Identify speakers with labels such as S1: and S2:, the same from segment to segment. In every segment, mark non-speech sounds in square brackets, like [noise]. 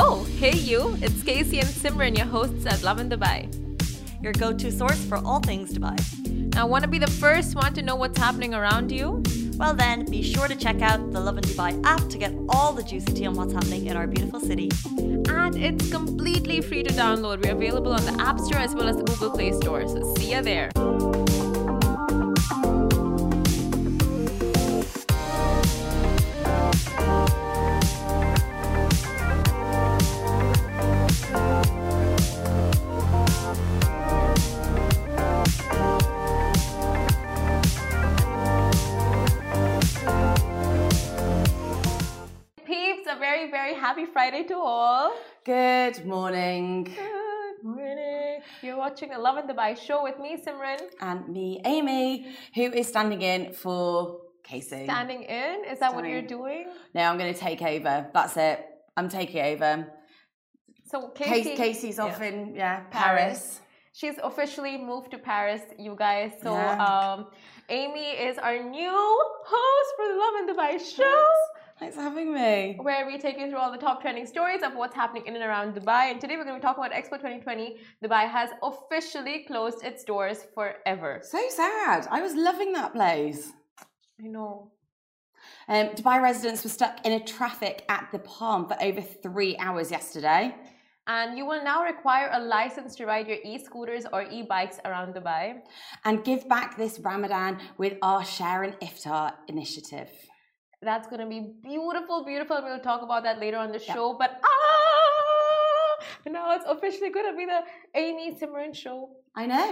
S1: Oh, Hey you, it's Casey and Simran, your hosts at Love in Dubai.
S2: your go to source for all things Dubai.
S1: Now, want to be the first one to know what's happening around you?
S2: Well, then, be sure to check out the Love in Dubai app to get all the juicy tea on what's happening in our beautiful city.
S1: And it's completely free to download. We're available on the App Store as well as the Google Play Store. So see ya there. Peeps, a very, very happy Friday to all.
S3: Good morning.
S1: Good morning. You're watching the Love in Dubai show with me, Simran.
S3: And me, Amy, who is standing in for Casey.
S1: Standing in. Is that what
S3: Standing.
S1: you're doing?
S3: now I'm going to take over. That's it. I'm taking over.
S1: So
S3: Casey,
S1: Casey,
S3: Casey's
S1: yeah.
S3: off in yeah,
S1: Paris.
S3: Paris.
S1: She's officially moved to Paris, you guys. So
S3: Yeah.
S1: um, Amy is our new host for the Love and Dubai show,
S3: Thanks for having me.
S1: where we take you through all the top trending stories of what's happening in and around Dubai. And today we're going to be talking about Expo 2020. Dubai has officially closed its doors forever.
S3: So sad. I was loving that place.
S1: I know.
S3: Um, Dubai residents were stuck in a traffic at the Palm for over three hours yesterday.
S1: And you will now require a license to ride your e-scooters or e-bikes around Dubai.
S3: And give back this Ramadan with our Share and Iftar initiative.
S1: That's going to be beautiful, beautiful. We'll talk about that later on the
S3: Yeah.
S1: show. But ah, now it's officially going to be the Amy Simran show. [laughs]
S3: I know.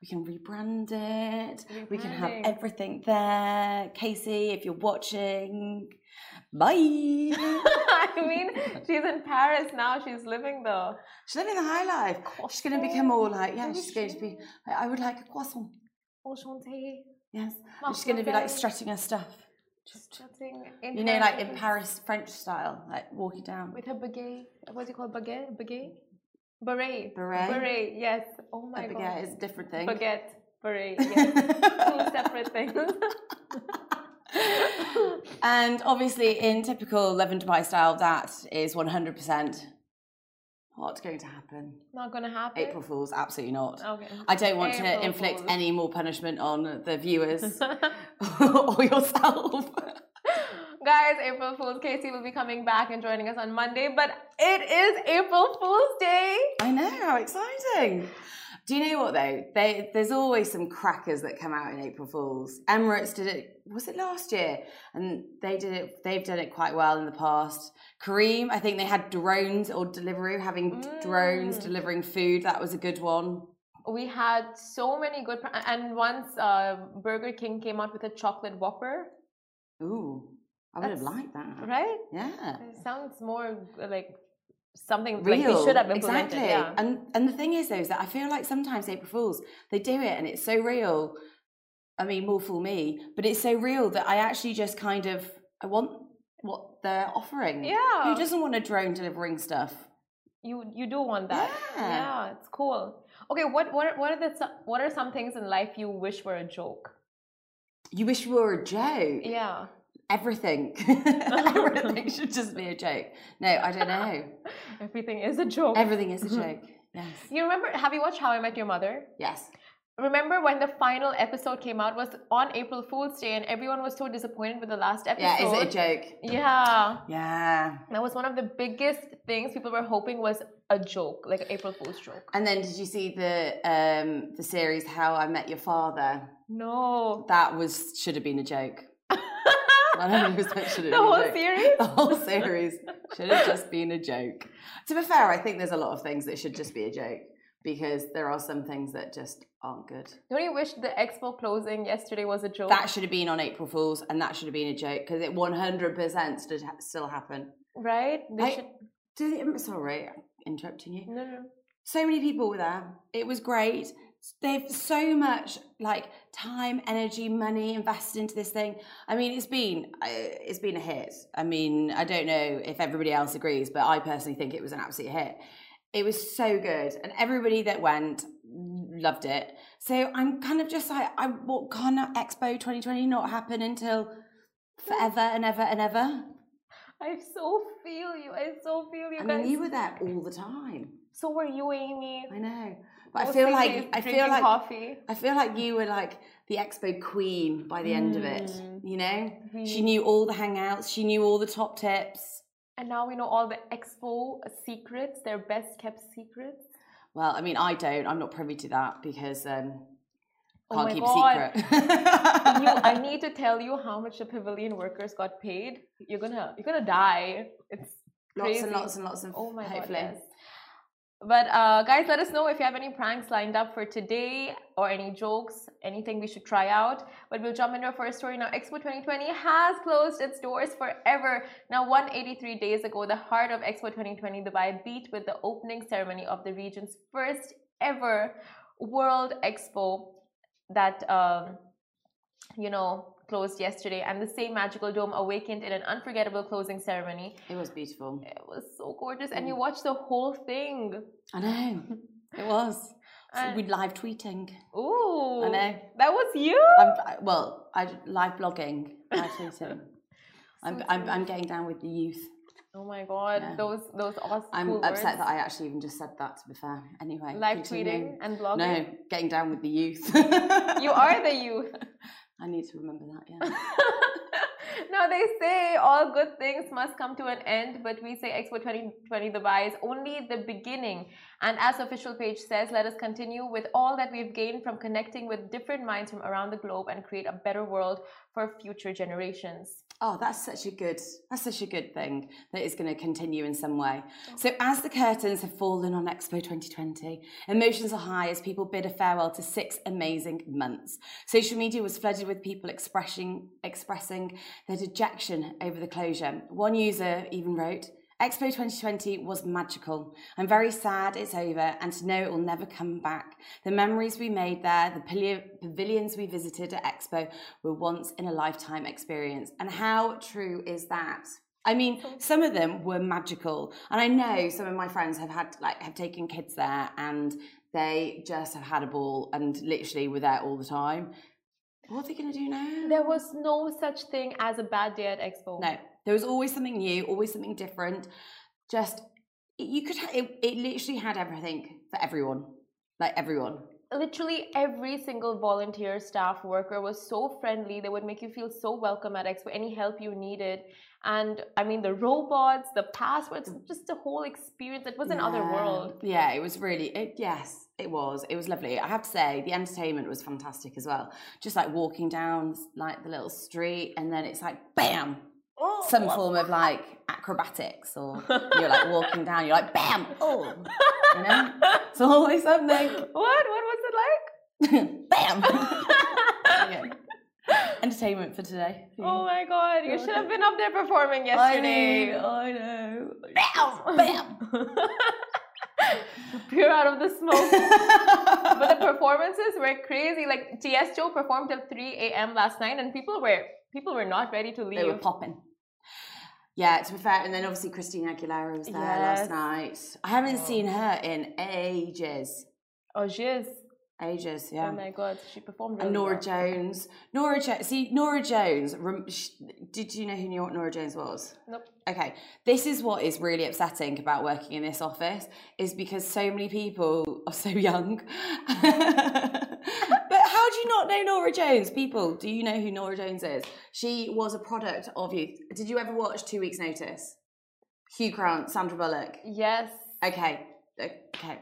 S3: We can rebrand it. We can have
S1: Rebranding.
S3: everything there. Casey, if you're watching, bye. [laughs] She's
S1: I mean, she's in Paris now. She's living the.
S3: living the high life. She's going to become all like, yeah, she's going to be, I I would like a croissant.
S1: Enchanté.
S3: Yes. And she's going to be like strutting her stuff.
S1: strutting.
S3: You know, like in Paris, French style, like walking down.
S1: With her baguette. What's it called? Baguette? Baguette? Beret.
S3: Beret?
S1: Beret, yes. Oh
S3: I
S1: my
S3: forget,
S1: god.
S3: it's a different thing.
S1: Baguette.
S3: [laughs]
S1: Beret, yes. [laughs] Two separate
S3: [laughs]
S1: things.
S3: And obviously, in typical Love and Dubai style, that is 100% what's going to happen.
S1: Not gonna happen.
S3: April Fools, absolutely not.
S1: Okay. [laughs]
S3: I don't want
S1: Oh, April
S3: to inflict
S1: Fools.
S3: any more punishment on the
S1: [laughs]
S3: viewers [laughs] or yourself. [laughs]
S1: Guys, April Fool's Casey will be coming back and joining us on Monday, but it is April Fool's Day.
S3: I know, how exciting. Do you know what though? They, there's always some crackers that come out in April Fools. Emirates did it. Was it last year? And they did it. They've done it quite well in the past. Kareem, I think they had drones or delivery, having d- drones
S1: Mm.
S3: delivering food. That was a good one.
S1: We had so many good, pr- and once uh, Burger King came out with a chocolate Whopper,
S3: Ooh, I would have
S1: That's-
S3: liked that.
S1: right?
S3: Yeah.
S1: It sounds more like something
S3: real.
S1: like we should have implemented.
S3: exactly.
S1: Yeah.
S3: And and the thing is though is that I feel like sometimes April Fools they do it and it's so real. I mean, more fool me, but it's so real that I actually just kind of I want what they're offering.
S1: Yeah.
S3: Who doesn't want a drone delivering stuff?
S1: You you do want that.
S3: Yeah.
S1: yeah it's cool. Okay, what what are- what are the so- what are some things in life you wish were a joke?
S3: You wish we were a joke.
S1: Yeah. [laughs]
S3: Everything. [laughs] Everything should just be a joke. No, I don't
S1: [laughs]
S3: know.
S1: Everything is a joke.
S3: Everything is a joke. Yes.
S1: you remember? Have you watched How I Met Your Mother?
S3: Yes.
S1: Remember when the final episode came out was on April Fool's Day, and everyone was so disappointed with the last episode.
S3: Yeah, is it a joke?
S1: Yeah,
S3: Yeah.
S1: that was one of the biggest things people were hoping was a joke, like an April Fool's joke.
S3: And then did you see the um the series How I Met Your Father?
S1: No,
S3: That was should have been a
S1: [laughs]
S3: joke. One hundred percent should have
S1: the
S3: been
S1: whole
S3: a joke.
S1: series.
S3: The whole series should have just been a joke. To be fair, I think there's a lot of things that should just be a joke because there are some things that just aren't good.
S1: [laughs] Don't you wish the expo closing yesterday was a joke?
S3: That should have been on April Fools, and that should have been a joke because it one hundred percent should ha- still happen.
S1: right? They
S3: Hey.
S1: should.
S3: Do the, sorry, I'm interrupting you.
S1: No, no.
S3: so many people were there. It was great. They've so much like time, energy, money invested into this thing. I mean, it's been uh, it's been a hit. I mean, I don't know if everybody else agrees, but I personally think it was an absolute hit. It was so good, and everybody that went loved it. So I'm kind of just like, I what can Expo 2020 not happen until forever and ever and ever?
S1: I so feel you. I so feel you
S3: I
S1: guys.
S3: mean, you were there all the time.
S1: So were you, Amy.
S3: I know, but I
S1: Those
S3: feel
S1: things
S3: like
S1: you
S3: I feel
S1: drinking
S3: like
S1: coffee.
S3: I feel like you were like the expo queen by the end of it.
S1: Mm.
S3: You know, she
S1: Really.
S3: knew all the hangouts. She knew all the top tips.
S1: And now we know all the expo secrets, their best kept secrets.
S3: Well, I mean, I don't. I'm not privy to that because um,
S1: Oh
S3: can't
S1: my
S3: keep
S1: God.
S3: a secret. [laughs]
S1: You, I need to tell you how much the pavilion workers got paid. You're gonna, you're gonna die. It's
S3: lots
S1: crazy.
S3: and lots and lots of.
S1: Oh my
S3: hopefully.
S1: god. yes. But uh, guys, let us know if you have any pranks lined up for today or any jokes, anything we should try out. But we'll jump into our first story now. Expo 2020 has closed its doors forever. Now, 183 days ago, the heart of Expo 2020 Dubai beat with the opening ceremony of the region's first ever World Expo that um, you know closed yesterday, and the same magical dome awakened in an unforgettable closing ceremony.
S3: It was beautiful.
S1: It was so gorgeous, and you watched the whole thing. [laughs]
S3: I know. It was. So
S1: And-
S3: we live tweeting.
S1: Ooh,
S3: I know.
S1: that was you.
S3: I'm, I, well, I live blogging.
S1: [laughs]
S3: Live tweeting. I'm,
S1: So
S3: I'm,
S1: true.
S3: I'm getting down with the youth.
S1: Oh my god,
S3: Yeah.
S1: those those awesome.
S3: I'm
S1: cool
S3: upset
S1: words.
S3: that I actually even just said that. To be fair, anyway.
S1: live
S3: continue.
S1: tweeting and blogging.
S3: No, getting down with the youth.
S1: [laughs] You are the [laughs] youth.
S3: I need to remember that. Yeah.
S1: now they say all good things must come to an end, but we say Expo 2020 Dubai is only the beginning. And as the official page says, let us continue with all that we've gained from connecting with different minds from around the globe and create a better world for future generations.
S3: Oh, that's such a good that's such a good thing that is going to continue in some way. So as the curtains have fallen on Expo 2020, emotions are high as people bid a farewell to six amazing months. Social media was flooded with people expressing expressing their dejection over the closure. One user even wrote, Expo 2020 was magical. I'm very sad it's over and to know it will never come back. The memories we made there, the pili- pavilions we visited at Expo were once in a lifetime experience. And how true is that? I mean, some of them were magical. And I know some of my friends have had like have taken kids there and they just have had a ball and literally were there all the time. What are they gonna do now?
S1: There was no such thing as a bad day at Expo.
S3: No, there was always something new, always something different. Just it- you could, ha- it, it literally had everything for everyone, like everyone.
S1: literally every single volunteer staff worker was so friendly they would make you feel so welcome at expo any help you needed and i mean the robots the passwords just the whole experience it was another
S3: Yeah.
S1: world
S3: Yeah, it was really. It, yes, it was. It was lovely. I have to say, the entertainment was fantastic as well. Just like walking down like the little street, and then it's like bam,
S1: oh,
S3: some form of like acrobatics,
S1: [laughs]
S3: or you're like walking down, you're like bam, oh, you know, it's always something,
S1: what what was it like
S3: [laughs] bam. Okay. [laughs] Entertainment for today. for you.
S1: oh my god you should have been up there performing
S3: I
S1: yesterday [laughs]
S3: know, I know.
S1: Pure out of the smoke [laughs] but the performances were crazy. Like Tiesto performed till 3 a.m. last night, and people were people were not ready to
S3: [laughs] They were
S1: leave.
S3: popping. Yeah, to be fair, and then obviously Christina Aguilera was there
S1: Yes.
S3: last night. I haven't seen her in ages,
S1: Oh, jeez.
S3: ages.
S1: Oh
S3: Yeah.
S1: my god, she performed really
S3: and Nora
S1: well.
S3: Jones. Nora Jones. See, Nora Jones. rem- sh- Did you know who Nor- Nora Jones was?
S1: Nope.
S3: Okay, this is what is really upsetting about working in this office is because so many people are so young. [laughs] but how do you not know Nora Jones? People, do you know who Nora Jones is? She was a product of youth. Did you ever watch Two Weeks Notice? Hugh Grant, Sandra Bullock.
S1: Yes.
S3: [laughs] Okay, okay.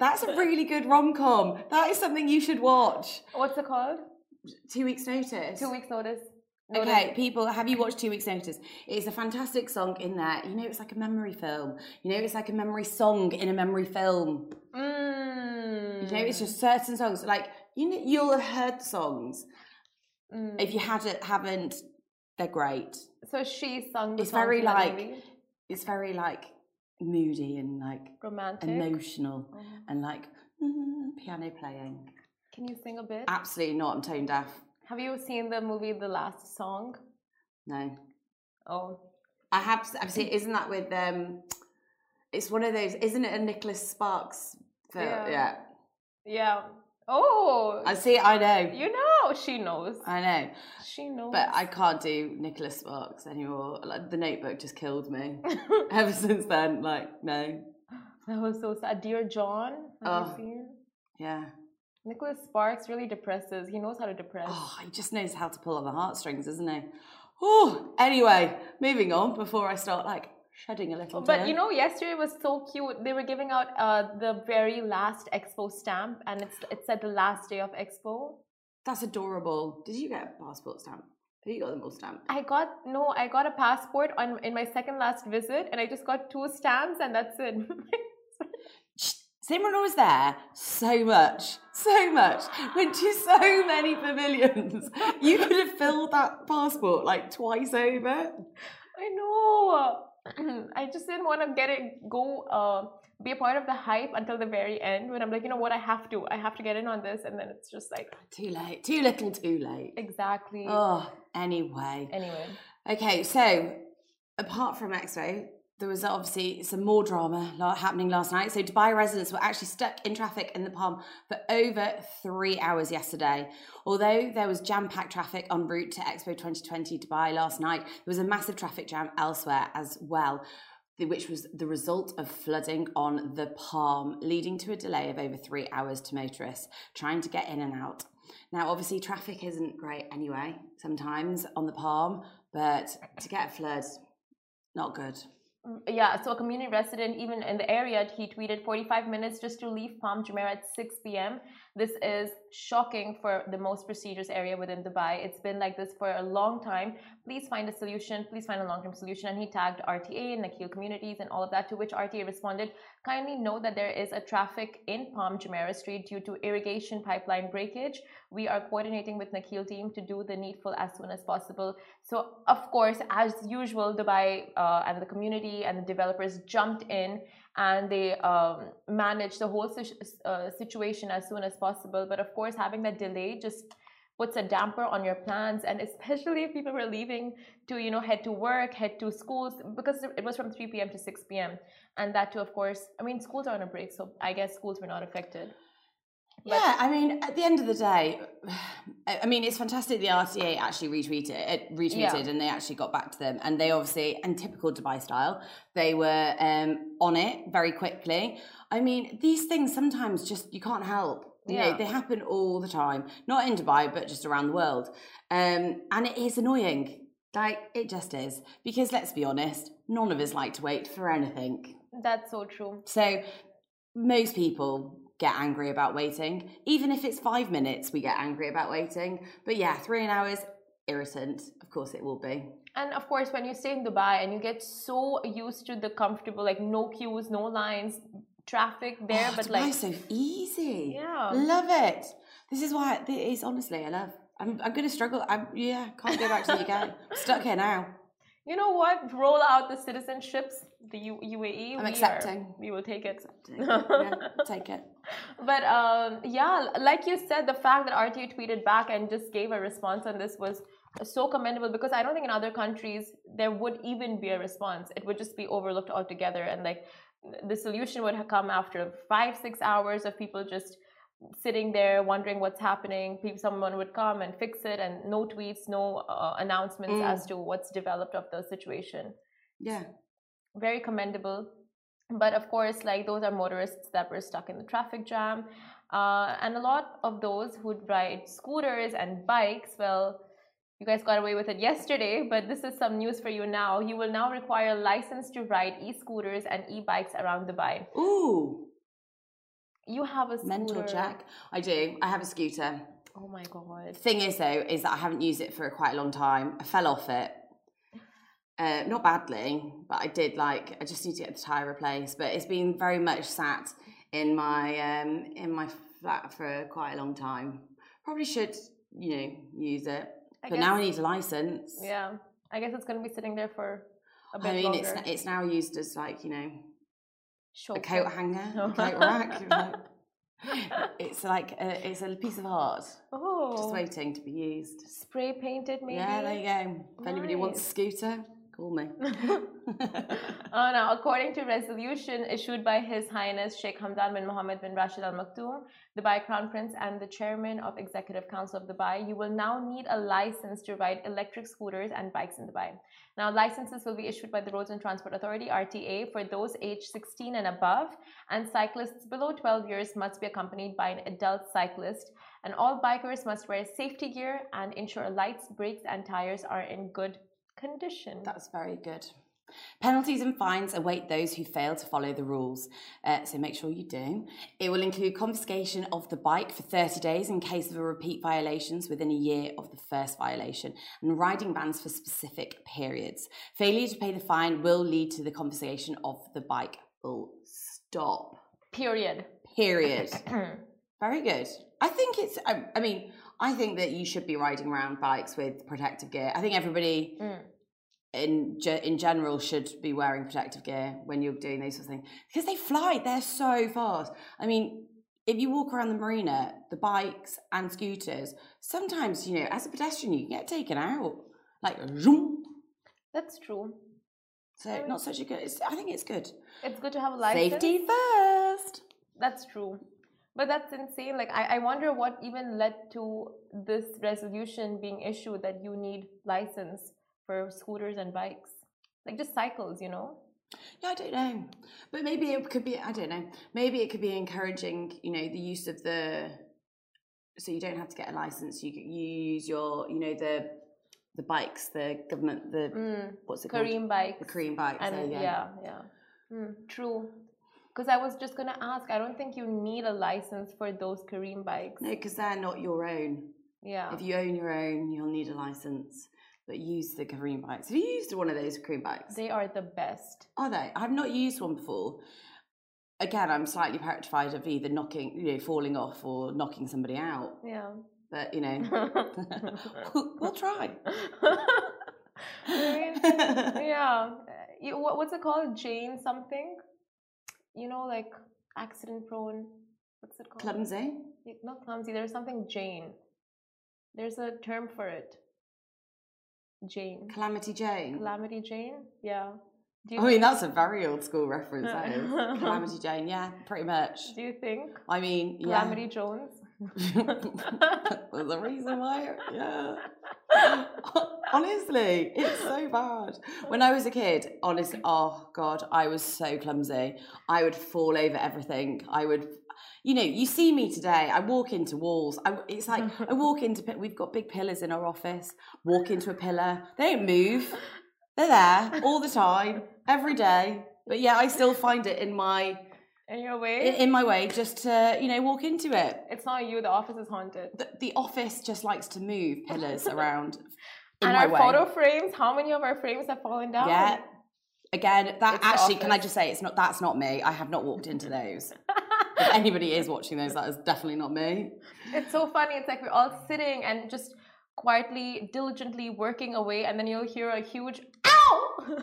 S3: That's a really good rom com. That is something you should watch.
S1: What's it called?
S3: Two Weeks Notice.
S1: Two weeks notice. Notice.
S3: Okay, people, have you watched Two Weeks Notice? It's a fantastic song in there. You know, it's like a memory film. You know, it's like a memory song in a memory film.
S1: Mm.
S3: You know, it's just certain songs. Like you know, you'll have heard the songs.
S1: Mm.
S3: If you haven't, haven't, they're great.
S1: So she sung. The
S3: It's
S1: song
S3: very
S1: for that
S3: like-
S1: movie.
S3: It's very like moody and like
S1: romantic.
S3: emotional
S1: Oh.
S3: and like mm, piano playing.
S1: Can you sing a bit?
S3: Absolutely not. I'm tone deaf.
S1: Have you seen the movie The Last Song?
S3: No,
S1: Oh,
S3: I have. I've seen. Isn't that with um? It's one of those. Isn't it a Nicholas Sparks film?
S1: Yeah.
S3: yeah.
S1: yeah. Oh,
S3: I see. I know.
S1: you know. Oh, she knows.
S3: I know,
S1: She knows.
S3: but I can't do Nicholas Sparks anymore. Like the Notebook just killed
S1: [laughs]
S3: me. Ever since then, like no,
S1: that was so sad. Dear John. Have
S3: Oh.
S1: you seen?
S3: yeah.
S1: Nicholas Sparks really depresses. He knows how to depress.
S3: Oh, he just knows how to pull on the heartstrings, doesn't he? Oh, anyway, moving on before I start like shedding a little.
S1: But
S3: tear.
S1: you know, yesterday was so cute. They were giving out uh, the very last Expo stamp, and it's it said the last day of Expo.
S3: that's adorable. Did you get a passport stamp? Have you got them all stamped?
S1: I got no, I got a passport on in my second last visit, and I just got two stamps, and that's it. [laughs]
S3: Simran was there so much, so much. Went to so many pavilions. You could have filled that passport like twice over.
S1: I know. [clears throat] I just didn't want to get it go. Uh, be a part of the hype until the very end when I'm like, you know what, I have to, I have to get in on this, and then it's just like,
S3: Too late. Too little. Too late.
S1: exactly.
S3: Oh, anyway.
S1: Anyway,
S3: Okay, so apart from Expo, there was obviously some more drama la- happening last night. So Dubai residents were actually stuck in traffic in the Palm for over three hours yesterday. Although there was jam-packed traffic en route to Expo 2020 Dubai last night, there was a massive traffic jam elsewhere as well. the- Which was the result of flooding on the Palm, leading to a delay of over three hours to motorists trying to get in and out. Now, obviously, traffic isn't great anyway, sometimes on the palm, but to get a flood, not good.
S1: Mm, yeah. So a community resident, even in the area, he tweeted 45 minutes just to leave Palm Jumeirah at 6 p.m. This is shocking for the most prestigious area within Dubai. It's been like this for a long time. Please find a solution. Please find a long-term solution. And he tagged RTA and Nikhil communities and all of that. To which RTA responded, kindly note that there is a traffic in Palm Jumeirah Street due to irrigation pipeline breakage. We are coordinating with Nikhil team to do the needful as soon as possible. So, of course, as usual, Dubai uh, and the community and the developers jumped in and they um, managed the whole si- uh, situation as soon as possible. But of course, having that delay just puts a damper on your plans and especially if people were leaving to you know head to work head to schools because it was from 3 p.m to 6 p.m and that too of course i mean schools are on a break so i guess schools were not affected But-
S3: yeah, I mean, at the end of the day, [sighs] I I mean, it's fantastic the RTA actually retweeted, it retweeted, and they actually got back to them. And they obviously, in typical Dubai style, they were um, on it very quickly. I mean, these things sometimes just you can't help. You know,
S1: Yeah.
S3: they happen all the time, not in Dubai, but just around the world. Um, and it is annoying. Like, it just is. Because let's be honest, none of us like to wait for anything.
S1: that's so true
S3: So most people get angry about waiting. Even if it's five minutes, we get angry about waiting. But yeah, three hours, irritant. Of course it will be.
S1: and of course when you stay in dubai and you get so used to the comfortable like no queues no lines traffic there
S3: Oh,
S1: but
S3: Dubai's
S1: like
S3: so easy.
S1: Yeah.
S3: Love it. This is why it is honestly I love. I'm I'm gonna struggle. I'm yeah, can't go back to the UK. Stuck here now.
S1: you know what roll out the citizenships the U- uae we are-
S3: accepting.
S1: we will take it [laughs]
S3: Yeah, take it.
S1: But um, yeah, like you said, the fact that RTA tweeted back and just gave a response on this was so commendable because I don't think in other countries there would even be a response. It would just be overlooked altogether, and like the solution would have come after five, six hours of people just sitting there wondering what's happening. People, someone would come and fix it, and no tweets, no uh, announcements
S3: Mm.
S1: as to what's developed of the situation
S3: Yeah.
S1: very commendable. But of course, like those are motorists that were stuck in the traffic jam. Uh, and a lot of those who ride scooters and bikes, well, you guys got away with it yesterday, but this is some news for you now. You will now require a license to ride e scooters and e bikes around Dubai.
S3: Ooh.
S1: You have a scooter.
S3: Mental Jack. I do. I have a scooter.
S1: Oh my god.
S3: Thing is, though, is that I haven't used it for quite a long time. I fell off it. Uh, not badly, but I did like. I just need to get the tire replaced. But it's been very much sat in my um, in my flat for quite a long time. Probably should you know use it,
S1: I
S3: but now I
S1: guess-
S3: need a license.
S1: Yeah. I guess it's going to be sitting there for a bit
S3: I mean,
S1: longer.
S3: it's it's now used as like you know
S1: Sure.
S3: a coat hanger,
S1: Oh.
S3: a coat rack.
S1: [laughs]
S3: it's like a, it's a piece of art
S1: Oh.
S3: just waiting to be used.
S1: Spray painted, maybe.
S3: Yeah, there you go. If anybody wants a scooter, call me. [laughs]
S1: Oh no, according to resolution issued by His Highness Sheikh Hamdan bin Mohammed bin Rashid Al Maktoum, Dubai Crown Prince and the Chairman of Executive Council of Dubai, you will now need a license to ride electric scooters and bikes in Dubai. Now, licenses will be issued by the Roads and Transport Authority (RTA) for those aged 16 and above, and cyclists below 12 years must be accompanied by an adult cyclist. And all bikers must wear safety gear and ensure lights, brakes, and tires are in good condition.
S3: That's very good. Penalties and fines await those who fail to follow the rules, uh, so make sure you do. It will include confiscation of the bike for 30 days in case of a repeat violations within a year of the first violation, and riding bans for specific periods. Failure to pay the fine will lead to the confiscation of the bike. Full stop.
S1: Period. [clears throat]
S3: Period.
S1: [laughs]
S3: very good. I think it's. I, I mean, I think that you should be riding around bikes with protective gear. I think everybody
S1: Mm,
S3: in ge- in general should be wearing protective gear when you're doing those sort of things because they fly. They're so fast. I mean, if you walk around the marina, the bikes and scooters, sometimes you know, as a pedestrian, you can get taken out like zoom.
S1: That's true.
S3: So not such a good. It's, I think it's good.
S1: It's good to have a license.
S3: Safety first.
S1: That's true. But that's insane. Like, I, I wonder what even led to this resolution being issued that you need license for scooters and bikes. Like, just cycles, you know?
S3: Yeah, I don't know, but maybe it could be. I don't know. Maybe it could be encouraging. You know, the use of the. So you don't have to get a license. You c- you use your. You know the, the bikes. The government. The what's it called?
S1: Mm, Kareem bikes.
S3: The Korean Mm. bikes. there
S1: And
S3: you go.
S1: yeah, yeah. Mm, true. Because I was just going to ask, I don't think you need a license for those Kareem bikes.
S3: No, because they're not your own.
S1: Yeah.
S3: Mm. If you own your own, you'll need a license. But use the Korean bikes. Have you used one of those Korean bikes?
S1: They are the best.
S3: Are they? I've not used one before. Again, I'm slightly petrified of either knocking, you know, falling off or knocking somebody out.
S1: Yeah.
S3: [laughs]
S1: [laughs]
S3: But you know, we'll, we'll try.
S1: I mean, yeah. Eh, You, what, what's it called? Jane something? You know, like accident prone. What's it called?
S3: Clumsy.
S1: Y- Not clumsy. There's something Jane. There's a term for it. Jane.
S3: Calamity Jane.
S1: Calamity Jane? Yeah. Do you,
S3: I mean, that's a very old school reference, that is. Calamity Jane, yeah, pretty much.
S1: do you think?
S3: I mean, yeah. [laughs]
S1: Calamity Jones?
S3: There's a reason why, yeah. honestly, it's so bad. When I was a kid, honestly, oh God, I was so clumsy. I would fall over everything. I would, you know, you see me today, I walk into walls. I, it's like,
S1: [laughs]
S3: I walk into, pi- we've got big pillars in our office, walk into a pillar. They don't move, they're there all the time, every day. But yeah, I still find it in my
S1: In your
S3: in,
S1: way?
S3: in my way just to you know walk into it.
S1: it's not you. The office is haunted.
S3: The, the office just likes to move
S1: [laughs]
S3: pillars around in
S1: and
S3: my
S1: our
S3: way.
S1: photo frames, how many of our frames have fallen down?
S3: Yeah. Again, that
S1: It's the
S3: actually, can I
S1: office.
S3: just say, it's not. That's not me. I have not walked into [laughs] those. if anybody is watching those, that is definitely not me.
S1: It's so funny. It's like we're all sitting and just quietly, diligently working away, and then you'll hear a huge ow! [laughs]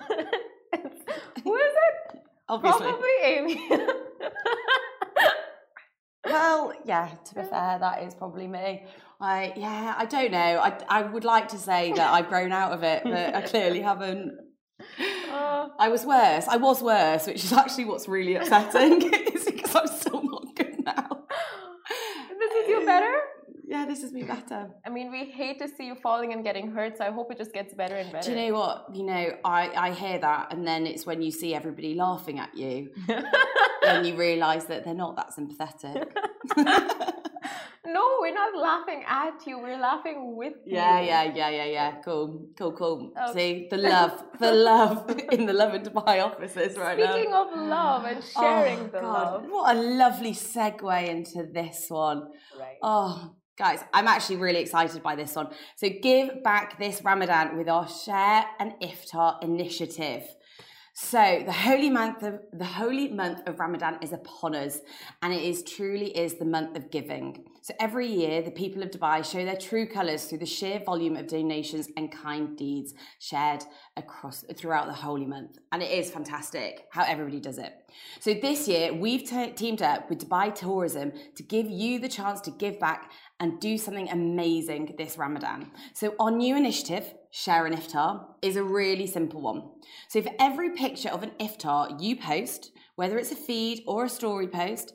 S1: It's- Who is it?
S3: [laughs] Obviously.
S1: Probably Amy. [laughs]
S3: Well, yeah. To be fair, that is probably me. I yeah. I don't know. I I would like to say that I've grown out of it, but I [laughs] clearly haven't.
S1: Oh,
S3: I was worse. I was worse, which is actually what's really upsetting. [laughs] is because I'm still not good now.
S1: this is you better?
S3: Yeah, this is me better.
S1: I mean, we hate to see you falling and getting hurt, so I hope it just gets better and better.
S3: Do you know what? You know, I, I hear that, and then it's when you see everybody laughing at
S1: [laughs]
S3: you, and you realise that they're not that
S1: [laughs]
S3: sympathetic.
S1: no, we're not laughing at you. We're laughing with you.
S3: Yeah, yeah, yeah, yeah, yeah. Cool, cool, cool.
S1: Oh.
S3: See
S1: [laughs]
S3: the love, the love [laughs] in the love and Dubai offices right now.
S1: Speaking of love and
S3: Oh,
S1: sharing the love,
S3: what a lovely segue into this one.
S1: right?
S3: Oh, guys, I'm actually really excited by this one. So, give back this Ramadan with our Share and Iftar initiative. So, the holy month of the holy month of Ramadan is upon us, and it is truly is the month of giving. So, every year, the people of Dubai show their true colors through the sheer volume of donations and kind deeds shared across throughout the holy month, and it is fantastic how everybody does it. So, this year, we've te- teamed up with Dubai Tourism to give you the chance to give back and do something amazing this Ramadan. So, our new initiative, Share an Iftar, is a really simple one. So, for every picture of an Iftar you post, whether it's a feed or a story post,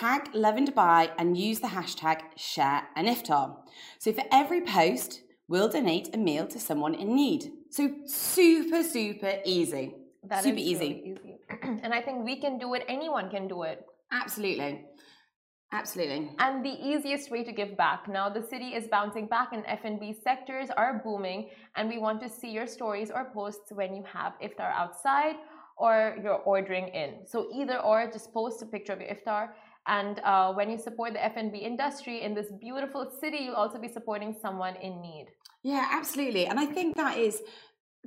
S3: tag Love in Dubai and use the hashtag Share an Iftar. So, for every post, we'll donate a meal to someone in need. So, super, super easy.
S1: That
S3: super
S1: is
S3: easy.
S1: really easy. [clears throat] and I think we can do it. Anyone can do it.
S3: Absolutely. Absolutely.
S1: and the easiest way to give back. Now the city is bouncing back and F&B sectors are booming and we want to see your stories or posts when you have iftar outside or you're ordering in. So either or just post a picture of your iftar and uh, when you support the F&B industry in this beautiful city, you'll also be supporting someone in need.
S3: Yeah, absolutely. And I think that is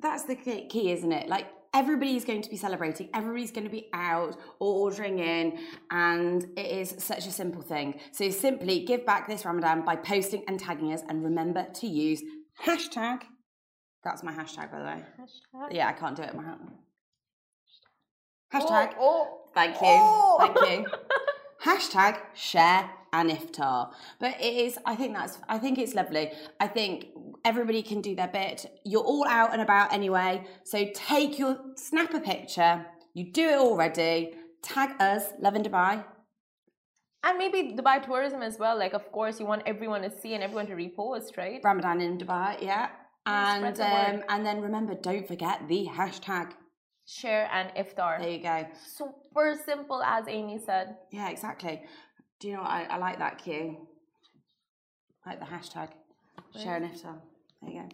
S3: that's the key, key, isn't it? Like everybody's going to be celebrating, everybody's going to be out or ordering in, and it is such a simple thing. So simply give back this Ramadan by posting and tagging us and remember to use hashtag. That's my hashtag by the way.
S1: Hashtag.
S3: Yeah, I can't do it with my hand. Hashtag.
S1: Oh, oh.
S3: Thank you.
S1: Oh. [laughs]
S3: Thank you. Hashtag share an iftar. But it is, I think that's, I think it's lovely. I think everybody can do their bit. You're all out and about anyway. So take your, snap a picture. You do it already. Tag us, Love in Dubai.
S1: And maybe Dubai tourism as well. Like, of course, you want everyone to see and everyone to repost, right?
S3: Ramadan in Dubai, yeah.
S1: Yeah,
S3: And
S1: spread the word.
S3: um, and then remember, don't forget the hashtag.
S1: Share and iftar.
S3: There you go.
S1: Super simple, as Amy said.
S3: Yeah, exactly. Do you know what? I, I like that cue. I like the hashtag. Share an iftar. There you go.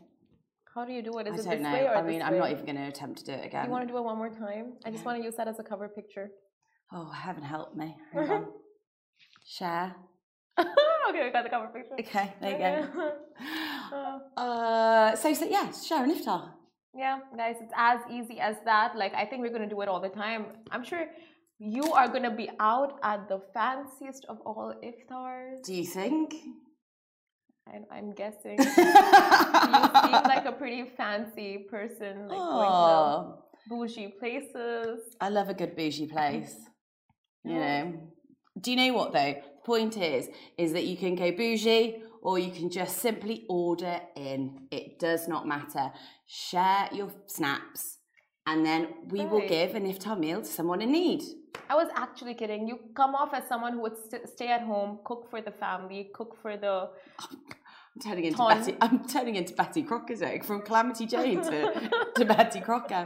S1: How do you do it? Is
S3: I
S1: it this
S3: don't know.
S1: way or
S3: I
S1: this
S3: mean,
S1: way?
S3: I'm not even going to attempt to do it again.
S1: You want to do it one more time? I just want to use that as a cover
S3: [laughs]
S1: picture. [laughs]
S3: Oh, heaven help me. Hang on. Share. [gasps]
S1: okay, we got the cover picture.
S3: Okay, there you go.
S1: [laughs] Uh,
S3: Uh, so, so yeah, share an iftar.
S1: yeah, guys, it's as easy as that. Like, I think we're going to do it all the time. I'm sure you are going to be out at the fanciest of all iftars.
S3: Do you
S1: [laughs]
S3: think? [laughs]
S1: And I'm guessing
S3: you
S1: you seem like a pretty fancy person, like going to
S3: oh,
S1: bougie places.
S3: I love a good bougie place. You
S1: Yeah.
S3: know. Do you know what though? The point is, is that you can go bougie or you can just simply order in. It does not matter. Share your snaps, and then we will
S1: Right.
S3: give an iftar meal to someone in need.
S1: I was actually kidding. You come off as someone who would st- stay at home, cook for the family, cook for the
S3: I'm turning into
S1: Ton.
S3: Betty. I'm turning into Betty Crocker's egg from Calamity Jane to, to Betty Crocker.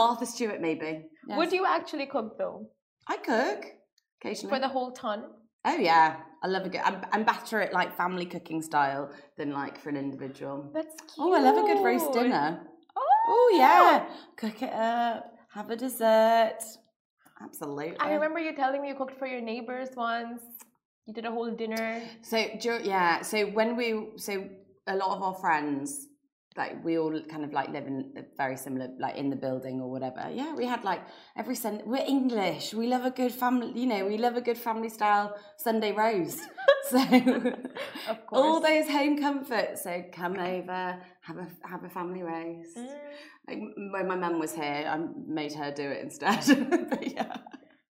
S3: Martha Stewart, maybe. Yes.
S1: Would you actually cook though
S3: I cook occasionally.
S1: for the whole ton?
S3: oh yeah, I love a good. I'm, I'm better at like family cooking style than like for an individual.
S1: That's cute.
S3: Oh, I love a good roast dinner.
S1: Oh,
S3: Oh yeah, cook it up, have a dessert. Absolutely.
S1: I remember you telling me you cooked for your neighbors once. You did a whole dinner.
S3: So dur- yeah, so when we so a lot of our friends like we all kind of like live in a very similar like in the building or whatever. Yeah, we had like every Sunday. We're English. We love a good family. You know, we love a good family style Sunday roast. [laughs] So [gasps] Oh,
S1: Of course.
S3: all those home comforts. So come over, have a have a family roast.
S1: Mm.
S3: Like when my mum was here, I made her do it instead. [laughs] but yeah,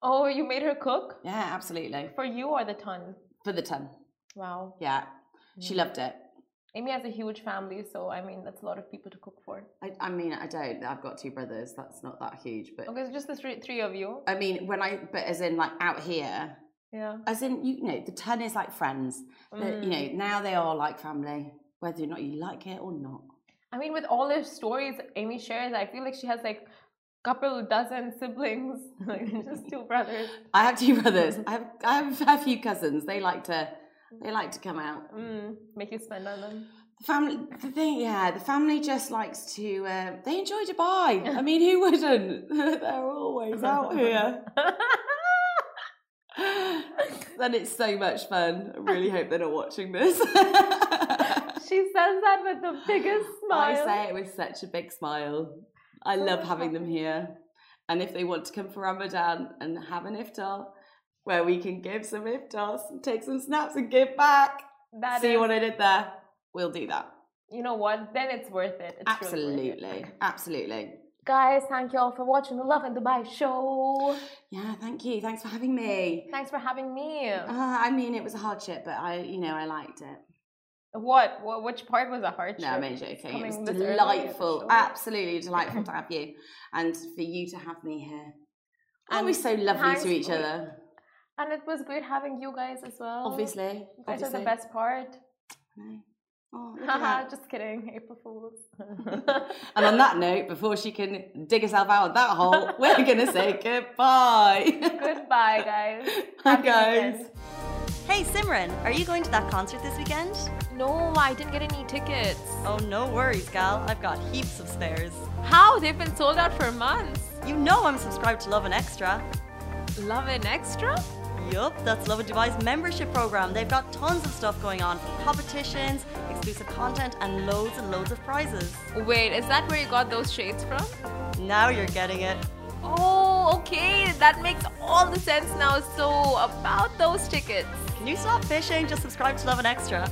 S1: Oh, you made her cook
S3: yeah, absolutely
S1: for you or the ton?
S3: for the ton.
S1: Wow.
S3: Yeah,
S1: Mm.
S3: she loved it.
S1: Amy has a huge family, so I mean that's a lot of people to cook for.
S3: I, I mean, I don't. I've got two brothers. That's not that huge, but
S1: Okay, so just the three, three of you.
S3: I mean, when I but as in like out here,
S1: Yeah. Mm.
S3: as in you know, the ton is like friends. But, You know, now they are like family, whether or not you like it or not.
S1: I mean, with all the stories Amy shares, I feel like she has like couple dozen [laughs] siblings, like just two brothers.
S3: I have two [laughs] brothers. I have I have a few cousins. They like to they like to come out.
S1: Mm, make you spend on them.
S3: The family, the thing, yeah, the family just likes to. Uh, they enjoy Dubai. I mean, who wouldn't? [laughs] They're always out here. [laughs]
S1: [laughs]
S3: and it's so much fun. I really hope they're not watching this. [laughs]
S1: She says that with the biggest [sighs]
S3: [laughs] I
S1: smile.
S3: say it with such a big smile. I love having them here. And if they want to come for Ramadan and have an iftar, where we can give some iftars, take some snaps and give back.
S1: That
S3: See
S1: is-
S3: what I did there? We'll do that.
S1: you know what? Then it's worth it. It's really worth it.
S3: Absolutely. Absolutely.
S1: Guys, thank you all for watching the Love and Dubai show.
S3: Yeah, thank you. Thanks for having me.
S1: Thanks for having me.
S3: Uh, I mean, it was a hardship, but I, you know, I liked it.
S1: What? what which part was a hardship?
S3: No, I'm only joking. It was
S1: Coming this early in the
S3: delightful,
S1: show.
S3: absolutely delightful to have you, and for you to have me
S1: [clears throat]
S3: here. Aren't we
S1: And
S3: so lovely
S1: thanks
S3: to each
S1: for-
S3: other?
S1: And it was great having you guys as well.
S3: Obviously,
S1: You guys are
S3: obviously.
S1: Oh, the best [laughs] part.
S3: No. Oh, look at
S1: Haha,
S3: that.
S1: just kidding. April [laughs] Fools.
S3: and on that note, before she can dig herself out of that hole, we're gonna
S1: [laughs]
S3: say goodbye.
S1: Goodbye, guys.
S3: Hi
S1: Happy
S3: [laughs] guys.
S1: weekend.
S2: Hey Simran, are you going to that concert this weekend?
S1: No, I didn't get any tickets.
S2: Oh, no worries, gal. I've got heaps of spares.
S1: How? They've been sold out for months.
S2: You know I'm subscribed to Love and Extra.
S1: Love and Extra?
S2: Yup, that's Love and Dubai's membership program. They've got tons of stuff going on from competitions, exclusive content, and loads and loads of prizes.
S1: Wait, is that where you got those shades from?
S2: Now you're getting it.
S1: Oh, okay. That makes all the sense now. So, about those tickets.
S2: Can you stop fishing? Just subscribe to Love and Extra.